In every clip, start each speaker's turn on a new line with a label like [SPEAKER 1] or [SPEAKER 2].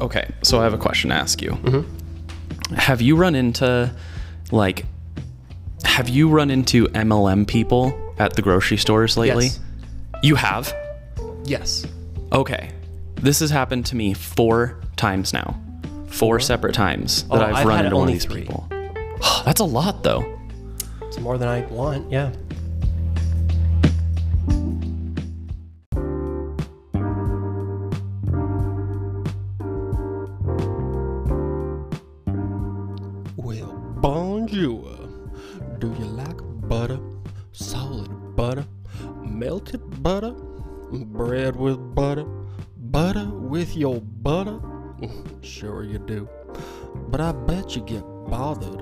[SPEAKER 1] Okay, so I have a question to ask you.
[SPEAKER 2] Mm-hmm.
[SPEAKER 1] Have you run into, like, have you run into MLM people at the grocery stores lately?
[SPEAKER 2] Yes.
[SPEAKER 1] You have?
[SPEAKER 2] Yes.
[SPEAKER 1] Okay. This has happened to me four times now. Four separate times that
[SPEAKER 2] Oh,
[SPEAKER 1] I've,
[SPEAKER 2] I've
[SPEAKER 1] run
[SPEAKER 2] had
[SPEAKER 1] into one of
[SPEAKER 2] only
[SPEAKER 1] these
[SPEAKER 2] three.
[SPEAKER 1] people. That's a lot, though.
[SPEAKER 2] It's more than I want. Yeah. Well, bonjour. Do you like butter? Solid butter? Melted butter? Bread with butter? Butter with your butter? Sure you do. But I bet you get bothered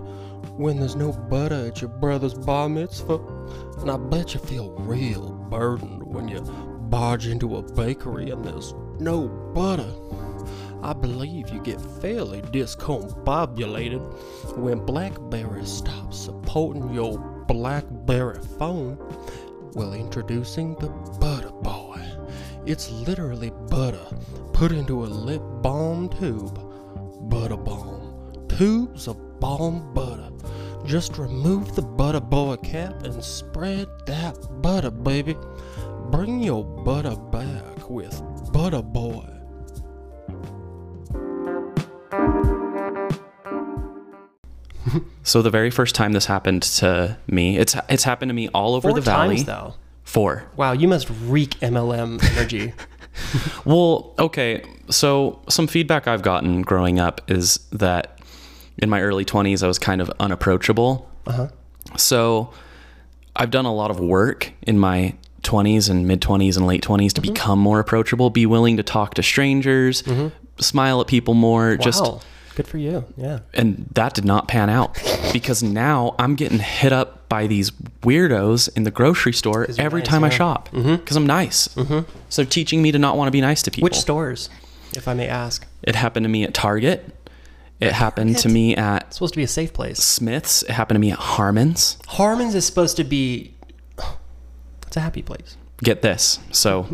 [SPEAKER 2] when there's no butter at your brother's bar mitzvah. And I bet you feel real burdened when you barge into a bakery and there's no butter. I believe you get fairly discombobulated when Blackberry stops supporting your Blackberry phone. Well, introducing the Butter Boy. It's literally butter put into a lip balm tube. Butter balm. Tubes of balm butter. Just remove the Butter Boy cap and spread that butter, baby. Bring your butter back with Butter Boy.
[SPEAKER 1] So the very first time this happened to me, it's it's happened to me all over
[SPEAKER 2] Four
[SPEAKER 1] the valley.
[SPEAKER 2] times though.
[SPEAKER 1] Four.
[SPEAKER 2] Wow, you must reek MLM energy.
[SPEAKER 1] Well, okay. So, some feedback I've gotten growing up is that in my early 20s, I was kind of unapproachable.
[SPEAKER 2] uh-huh.
[SPEAKER 1] So, I've done a lot of work in my 20s and mid 20s and late 20s
[SPEAKER 2] Mm-hmm.
[SPEAKER 1] to become more approachable, be willing to talk to strangers, smile at people more, just
[SPEAKER 2] wow. good for you. Yeah.
[SPEAKER 1] and that did not pan out because now I'm getting hit up by these weirdos in the grocery store
[SPEAKER 2] you're
[SPEAKER 1] every
[SPEAKER 2] nice,
[SPEAKER 1] time I
[SPEAKER 2] yeah. Mm-hmm.
[SPEAKER 1] shop because I'm nice. So teaching me to not want to be nice to people.
[SPEAKER 2] Which stores, if I may ask?
[SPEAKER 1] It happened to me at Target. It happened to me
[SPEAKER 2] It's
[SPEAKER 1] at
[SPEAKER 2] supposed to be a safe place.
[SPEAKER 1] Smith's. It happened to me at Harmon's.
[SPEAKER 2] Harmon's is supposed to be it's a happy place.
[SPEAKER 1] Get this. So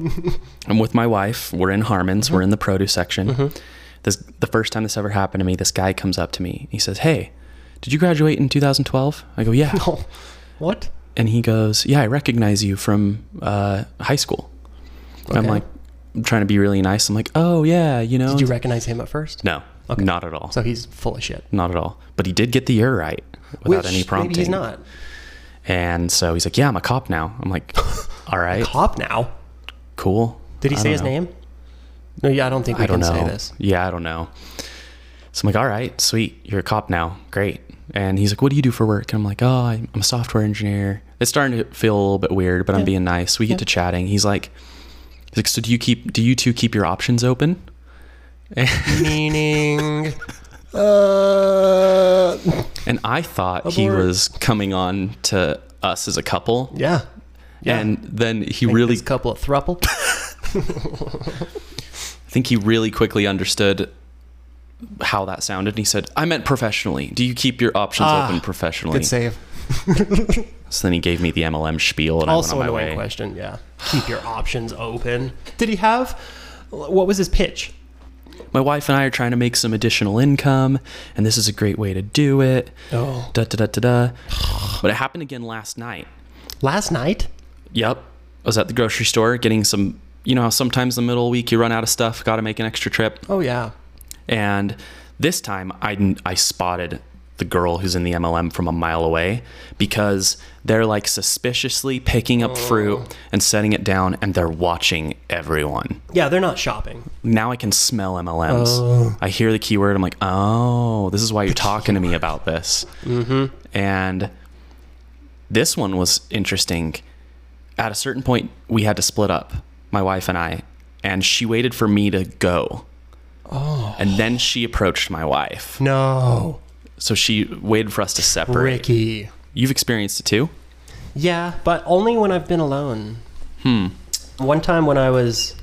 [SPEAKER 1] I'm with my wife. We're in Harmon's. We're in the produce section.
[SPEAKER 2] Mm-hmm.
[SPEAKER 1] This the first time this ever happened to me. This guy comes up to me. He says, "Hey, did you graduate in 2012?" I go, "Yeah."
[SPEAKER 2] Oh. What?
[SPEAKER 1] And he goes, "Yeah, I recognize you from uh, high school." And I'm
[SPEAKER 2] Okay.
[SPEAKER 1] like, I'm trying to be really nice. I'm like, "Oh yeah, you know."
[SPEAKER 2] Did you recognize him at first?
[SPEAKER 1] no, not at all.
[SPEAKER 2] So he's full of shit.
[SPEAKER 1] not at all. But he did get the year right without
[SPEAKER 2] Which
[SPEAKER 1] any prompting.
[SPEAKER 2] Maybe he's not.
[SPEAKER 1] And so he's like, "Yeah, I'm a cop now." I'm like, "All right,
[SPEAKER 2] Cop now.
[SPEAKER 1] cool."
[SPEAKER 2] Did he
[SPEAKER 1] I
[SPEAKER 2] say
[SPEAKER 1] don't
[SPEAKER 2] his
[SPEAKER 1] know.
[SPEAKER 2] name? No, yeah, I don't think we
[SPEAKER 1] I don't
[SPEAKER 2] can
[SPEAKER 1] know.
[SPEAKER 2] say this.
[SPEAKER 1] Yeah, I don't know. So I'm like, "All right, sweet, you're a cop now, great." And he's like, "What do you do for work?" And I'm like, "Oh, I'm I'm a software engineer." It's starting to feel a little bit weird, but I'm being nice. We get to chatting. He's like, "He's like, so do you keep? Do you two keep your options open?"
[SPEAKER 2] Meaning uh
[SPEAKER 1] And I thought he
[SPEAKER 2] Abort.
[SPEAKER 1] was coming on to us as a couple.
[SPEAKER 2] Yeah. Yeah.
[SPEAKER 1] And then he really
[SPEAKER 2] This couple of thruple.
[SPEAKER 1] I think he really quickly understood how that sounded. And he said, I meant professionally. Do you keep your options
[SPEAKER 2] Ah,
[SPEAKER 1] open professionally?
[SPEAKER 2] Good save.
[SPEAKER 1] So then he gave me the MLM spiel and
[SPEAKER 2] also
[SPEAKER 1] I went on my
[SPEAKER 2] annoying
[SPEAKER 1] way.
[SPEAKER 2] question. Yeah, keep your options open. Did he have? What was his pitch?
[SPEAKER 1] My wife and I are trying to make some additional income, and this is a great way to do it.
[SPEAKER 2] Oh,
[SPEAKER 1] Da da da da da. But it happened again last night.
[SPEAKER 2] last night.
[SPEAKER 1] Yep. I was at the grocery store getting some, you know, how sometimes in the middle of the week you run out of stuff, got to make an extra trip.
[SPEAKER 2] Oh yeah.
[SPEAKER 1] And this time I, I spotted the girl who's in the MLM from a mile away because they're like suspiciously picking up fruit and setting it down and they're watching everyone.
[SPEAKER 2] Yeah, they're not shopping.
[SPEAKER 1] Now I can smell MLMs. I hear the keyword. I'm like, oh, this is why you're talking to me about this. Mm-hmm. And this one was interesting. At a certain point, we had to split up, my wife and I, and she waited for me to go. Oh. And then she approached my wife.
[SPEAKER 2] No,
[SPEAKER 1] So she waited for us to separate.
[SPEAKER 2] Ricky.
[SPEAKER 1] You've experienced it too?
[SPEAKER 2] Yeah, but only when I've been alone. Hmm. One time when I was,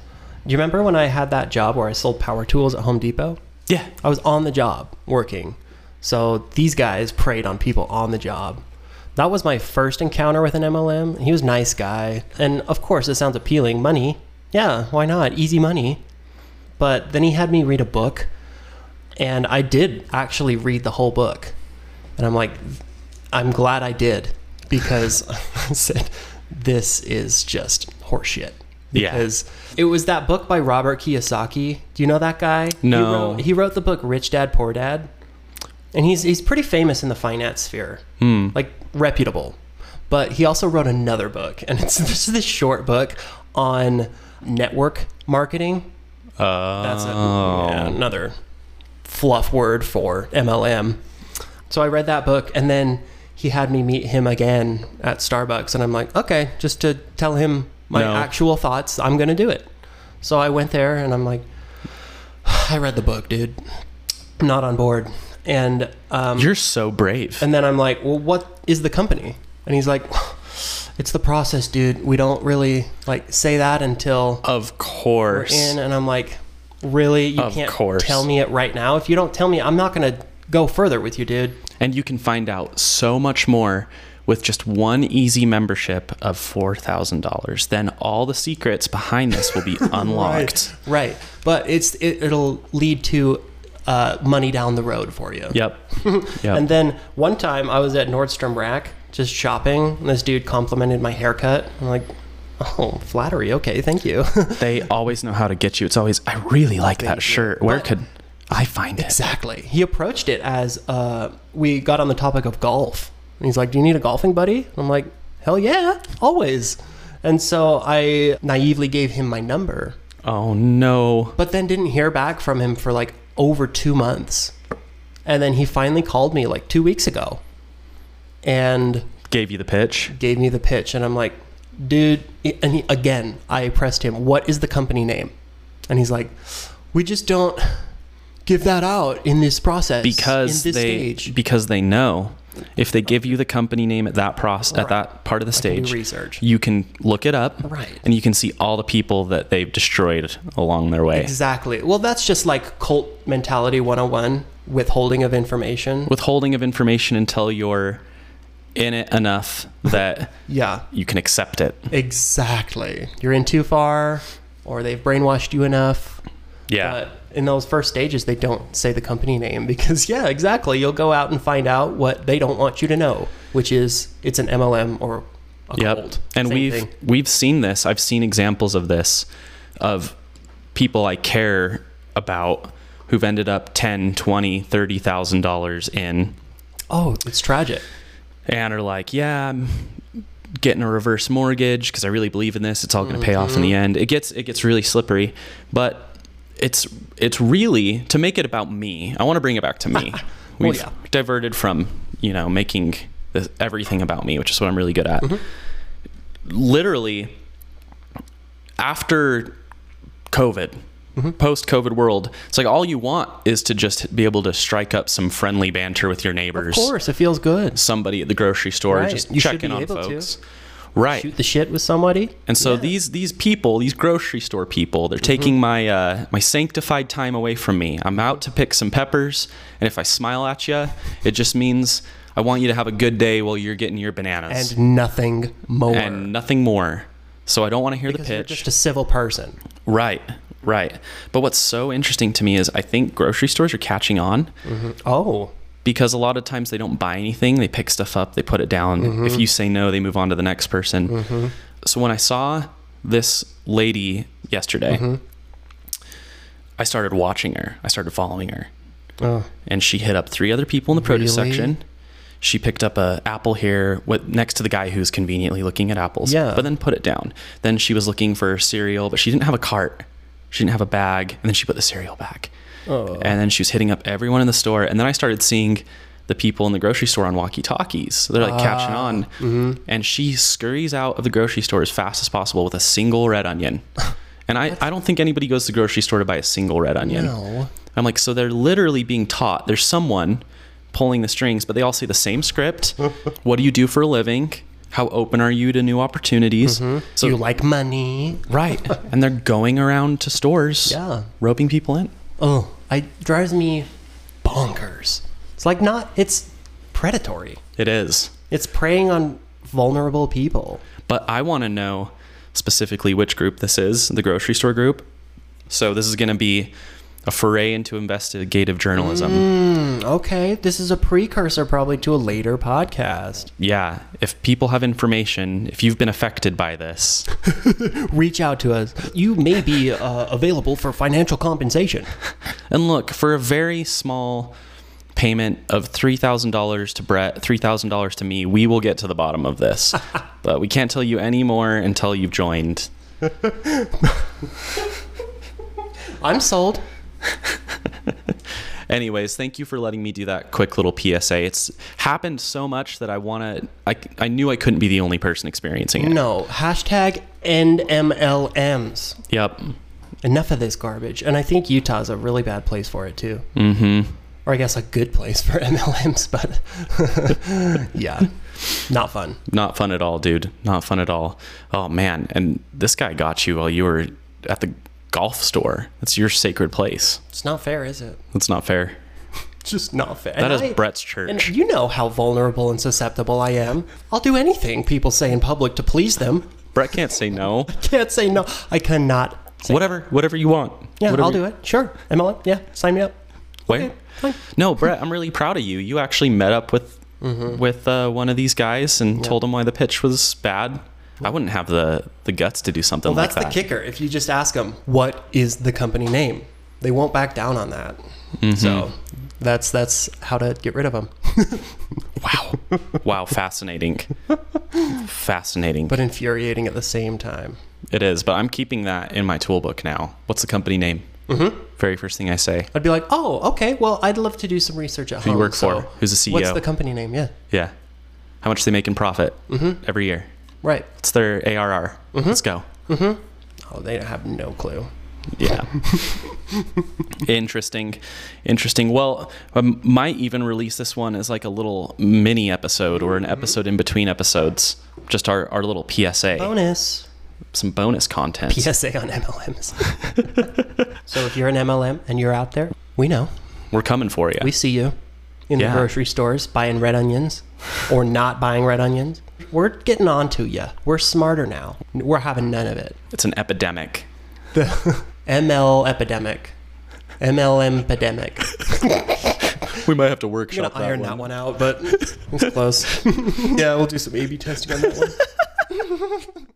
[SPEAKER 2] do you remember when I had that job where I sold power tools at Home Depot?
[SPEAKER 1] Yeah.
[SPEAKER 2] I was on the job working. So these guys preyed on people on the job. That was my first encounter with an MLM. He was a nice guy. And of course, it sounds appealing. Money. Yeah, why not? Easy money. But then he had me read a book
[SPEAKER 3] And I did actually read the whole book. And I'm like, I'm glad I did because I said, this is just horseshit.
[SPEAKER 1] Yeah.
[SPEAKER 3] Because it was that book by Robert Kiyosaki. Do you know that guy?
[SPEAKER 1] No.
[SPEAKER 3] He wrote, he wrote the book Rich Dad Poor Dad. And he's, he's pretty famous in the finance sphere, like reputable. But he also wrote another book. And it's this is this short book on network marketing.
[SPEAKER 1] Uh,
[SPEAKER 3] That's a, yeah, another fluff word for MLM. So I read that book, and then he had me meet him again at Starbucks, and I'm like, okay, just to tell him my
[SPEAKER 1] No.
[SPEAKER 3] actual thoughts, I'm gonna do it. So I went there, and I'm like, I read the book, dude. Not on board, and um,
[SPEAKER 1] you're so brave.
[SPEAKER 3] and then I'm like, well, what is the company? And he's like, it's the process, dude. We don't really like say that until
[SPEAKER 1] of
[SPEAKER 3] we're
[SPEAKER 1] course.
[SPEAKER 3] in and I'm like, really? You
[SPEAKER 1] Of
[SPEAKER 3] can't
[SPEAKER 1] course.
[SPEAKER 3] tell me it right now. If you don't tell me, I'm not going to go further with you, dude.
[SPEAKER 1] And you can find out so much more with just one easy membership of $4,000. Then all the secrets behind this will be unlocked.
[SPEAKER 3] Right. But it's it, it'll lead to uh, money down the road for you.
[SPEAKER 1] Yep. Yep.
[SPEAKER 3] And then one time I was at Nordstrom Rack just shopping, and this dude complimented my haircut. I'm like, oh, flattery. Okay, thank you.
[SPEAKER 1] they always know how to get you. It's always, I really like that shirt. Where
[SPEAKER 3] But-
[SPEAKER 1] could I find it?
[SPEAKER 3] Exactly. He approached it as uh, we got on the topic of golf. And he's like, Do you need a golfing buddy? And I'm like, Hell yeah, always. And so I naively gave him my number,
[SPEAKER 1] Oh, no.
[SPEAKER 3] but then didn't hear back from him for like over two months. And then he finally called me like two weeks ago and
[SPEAKER 1] Gave you the pitch.
[SPEAKER 3] gave me the pitch. And I'm like, Dude, and he, again, I pressed him, What is the company name? And he's like, We just don't give that out in this process
[SPEAKER 1] Because
[SPEAKER 3] in this
[SPEAKER 1] they
[SPEAKER 3] stage.
[SPEAKER 1] because they know if they give you the company name at that process at
[SPEAKER 3] Right.
[SPEAKER 1] that part of the
[SPEAKER 3] can do
[SPEAKER 1] stage,
[SPEAKER 3] research.
[SPEAKER 1] you can look it up,
[SPEAKER 3] Right.
[SPEAKER 1] And you can see all the people that they've destroyed along their way.
[SPEAKER 3] Exactly. Well, that's just like cult mentality 101 withholding of information.
[SPEAKER 1] withholding of information until you're in it enough that
[SPEAKER 3] Yeah,
[SPEAKER 1] you can accept it.
[SPEAKER 3] exactly. You're in too far, or they've brainwashed you enough.
[SPEAKER 1] Yeah.
[SPEAKER 3] But in those first stages, they don't say the company name because, yeah, exactly. You'll go out and find out what they don't want you to know, which is it's an MLM or a
[SPEAKER 1] yep.
[SPEAKER 3] cult.
[SPEAKER 1] And
[SPEAKER 3] Same
[SPEAKER 1] we've
[SPEAKER 3] thing.
[SPEAKER 1] we've seen this. I've seen examples of this of people I care about who've ended up 10, 20, 30,000 dollars in
[SPEAKER 3] Oh, it's tragic.
[SPEAKER 1] and are like, "Yeah, I'm getting a reverse mortgage because I really believe in this. It's all going to pay off in
[SPEAKER 3] Mm-hmm.
[SPEAKER 1] the end." It gets it gets really slippery, but it's it's really to make it about me. I want to bring it back to me.
[SPEAKER 3] Well,
[SPEAKER 1] We've
[SPEAKER 3] yeah.
[SPEAKER 1] diverted from you know making this, everything about me, which is what I'm really good at.
[SPEAKER 3] Mm-hmm.
[SPEAKER 1] Literally, after COVID.
[SPEAKER 3] Mm-hmm.
[SPEAKER 1] Post COVID world, it's like all you want is to just be able to strike up some friendly banter with your
[SPEAKER 3] Of
[SPEAKER 1] neighbors
[SPEAKER 3] course, it feels good.
[SPEAKER 1] somebody at the grocery store
[SPEAKER 3] Right.
[SPEAKER 1] just
[SPEAKER 3] You should
[SPEAKER 1] checking
[SPEAKER 3] be
[SPEAKER 1] on
[SPEAKER 3] able to.
[SPEAKER 1] folks. Right.
[SPEAKER 3] Shoot the shit with somebody.
[SPEAKER 1] and so these these people, these grocery store people,
[SPEAKER 3] Mm-hmm.
[SPEAKER 1] they're taking my uh, my sanctified time away from me. I'm out to pick some peppers, and if I smile at you, it just means I want you to have a good day while you're getting your bananas
[SPEAKER 3] And nothing more.
[SPEAKER 1] And nothing more. So I don't want to hear
[SPEAKER 3] because
[SPEAKER 1] the
[SPEAKER 3] you're
[SPEAKER 1] pitch.
[SPEAKER 3] just a civil person.
[SPEAKER 1] right. Right. But what's so interesting to me is I think grocery stores are catching on
[SPEAKER 3] Oh,
[SPEAKER 1] because a lot of times they don't buy anything. They pick stuff up, they put it down.
[SPEAKER 3] Mm-hmm.
[SPEAKER 1] If you say no, they move on to the next person. So when I saw this lady yesterday,
[SPEAKER 3] Mm-hmm.
[SPEAKER 1] I started watching her. I started following her,
[SPEAKER 3] Oh.
[SPEAKER 1] and she hit up three other people in the produce
[SPEAKER 3] Really?
[SPEAKER 1] section. She picked up a apple here, what next to the guy who's conveniently looking at apples.
[SPEAKER 3] Yeah.
[SPEAKER 1] but then put it down. Then she was looking for cereal, but she didn't have a cart. She didn't have a bag, and then she put the cereal back.
[SPEAKER 3] Oh.
[SPEAKER 1] And then she was hitting up everyone in the store. And then I started seeing the people in the grocery store on walkie talkies. So
[SPEAKER 3] Ah.
[SPEAKER 1] they're like catching on.
[SPEAKER 3] Mm-hmm.
[SPEAKER 1] And she scurries out of the grocery store as fast as possible with a single red onion. And I, I don't think anybody goes to the grocery store to buy a single red onion.
[SPEAKER 3] No.
[SPEAKER 1] I'm like, so they're literally being taught. There's someone pulling the strings, but they all say the same script. what do you do for a living? How open are you to new opportunities? So
[SPEAKER 3] Mm-hmm. you like money?
[SPEAKER 1] right, and they're going around to stores,
[SPEAKER 3] Yeah.
[SPEAKER 1] roping people in.
[SPEAKER 3] Oh, it drives me bonkers. It's like not. It's predatory.
[SPEAKER 1] It is.
[SPEAKER 3] It's preying on vulnerable people.
[SPEAKER 1] But I want to know specifically which group this is, the grocery store group. So this is going to be a foray into investigative journalism.
[SPEAKER 3] Mm, okay, this is a precursor probably to a later podcast.
[SPEAKER 1] Yeah, if people have information, if you've been affected by this,
[SPEAKER 3] Reach out to us. You may be uh, available for financial compensation.
[SPEAKER 1] and look for a very small payment of three thousand dollars to Brett, three thousand dollars to me, we will get to the bottom of this. but we can't tell you any more until you've joined.
[SPEAKER 3] I'm sold.
[SPEAKER 1] Anyways, thank you for letting me do that quick little PSA. It's happened so much that I want to. I, I knew I couldn't be the only person experiencing it.
[SPEAKER 3] No, hashtag end MLMs.
[SPEAKER 1] Yep.
[SPEAKER 3] Enough of this garbage. And I think Utah's a really bad place for it too.
[SPEAKER 1] Mm hmm.
[SPEAKER 3] Or I guess a good place for MLMs, but yeah, not fun.
[SPEAKER 1] Not fun at all, dude. Not fun at all. Oh, man. And this guy got you while you were at the golf store. That's your sacred place.
[SPEAKER 3] It's not fair, is it?
[SPEAKER 1] That's not fair.
[SPEAKER 3] Just not fair.
[SPEAKER 1] That is
[SPEAKER 3] And I-
[SPEAKER 1] Brett's
[SPEAKER 3] And
[SPEAKER 1] church.
[SPEAKER 3] you know how vulnerable and susceptible I am. I'll do anything people say in public to please them.
[SPEAKER 1] Brett can't say no.
[SPEAKER 3] Can't say no. I cannot. Say,
[SPEAKER 1] whatever, whatever you want.
[SPEAKER 3] yeah,
[SPEAKER 1] whatever
[SPEAKER 3] I'll do it. Sure. MLM. Yeah, sign me up.
[SPEAKER 1] Where?
[SPEAKER 3] Okay, fine.
[SPEAKER 1] No, Brett, I'm really proud of you. You actually met up with
[SPEAKER 3] Mm-hmm.
[SPEAKER 1] with uh, one of these guys and told him why the pitch was bad. I wouldn't have the the guts to do something
[SPEAKER 3] Well, that's
[SPEAKER 1] like
[SPEAKER 3] the
[SPEAKER 1] that.
[SPEAKER 3] kicker. If you just ask them, what is the company name? They won't back down on that.
[SPEAKER 1] Mm-hmm.
[SPEAKER 3] So that's that's how to get rid of them.
[SPEAKER 1] Wow, wow, fascinating, fascinating.
[SPEAKER 3] But infuriating at the same time.
[SPEAKER 1] it is, but I'm keeping that in my toolbook now. What's the company name? Mm-hmm. Very first thing I say.
[SPEAKER 3] I'd be like, oh, okay. Well, I'd love to do some research at
[SPEAKER 1] Who
[SPEAKER 3] home.
[SPEAKER 1] you work
[SPEAKER 3] so
[SPEAKER 1] for? Who's the E CEO?
[SPEAKER 3] What's the company name? Yeah,
[SPEAKER 1] yeah, how much they make in profit
[SPEAKER 3] Mm-hmm.
[SPEAKER 1] every year?
[SPEAKER 3] right.
[SPEAKER 1] What's their ARR?
[SPEAKER 3] Mm-hmm.
[SPEAKER 1] Let's go.
[SPEAKER 3] Oh, they have no clue.
[SPEAKER 1] Yeah. interesting. Interesting. Well, I m- might even release this one as like a little mini episode or an episode in between episodes. Just our, our little PSA,
[SPEAKER 3] Bonus.
[SPEAKER 1] some bonus content.
[SPEAKER 3] PSA on MLMs. so if you're an MLM and you're out there, we know.
[SPEAKER 1] We're coming for you.
[SPEAKER 3] We see you in
[SPEAKER 1] Yeah.
[SPEAKER 3] the grocery stores buying red onions or not buying red onions. We're getting on to you. We're smarter now. We're having none of it.
[SPEAKER 1] it's an epidemic.
[SPEAKER 3] The ML epidemic. MLM epidemic.
[SPEAKER 1] We might have to
[SPEAKER 3] I'm going
[SPEAKER 1] workshop
[SPEAKER 3] to iron that one out, but it's close. yeah, we'll do some A B testing on that one.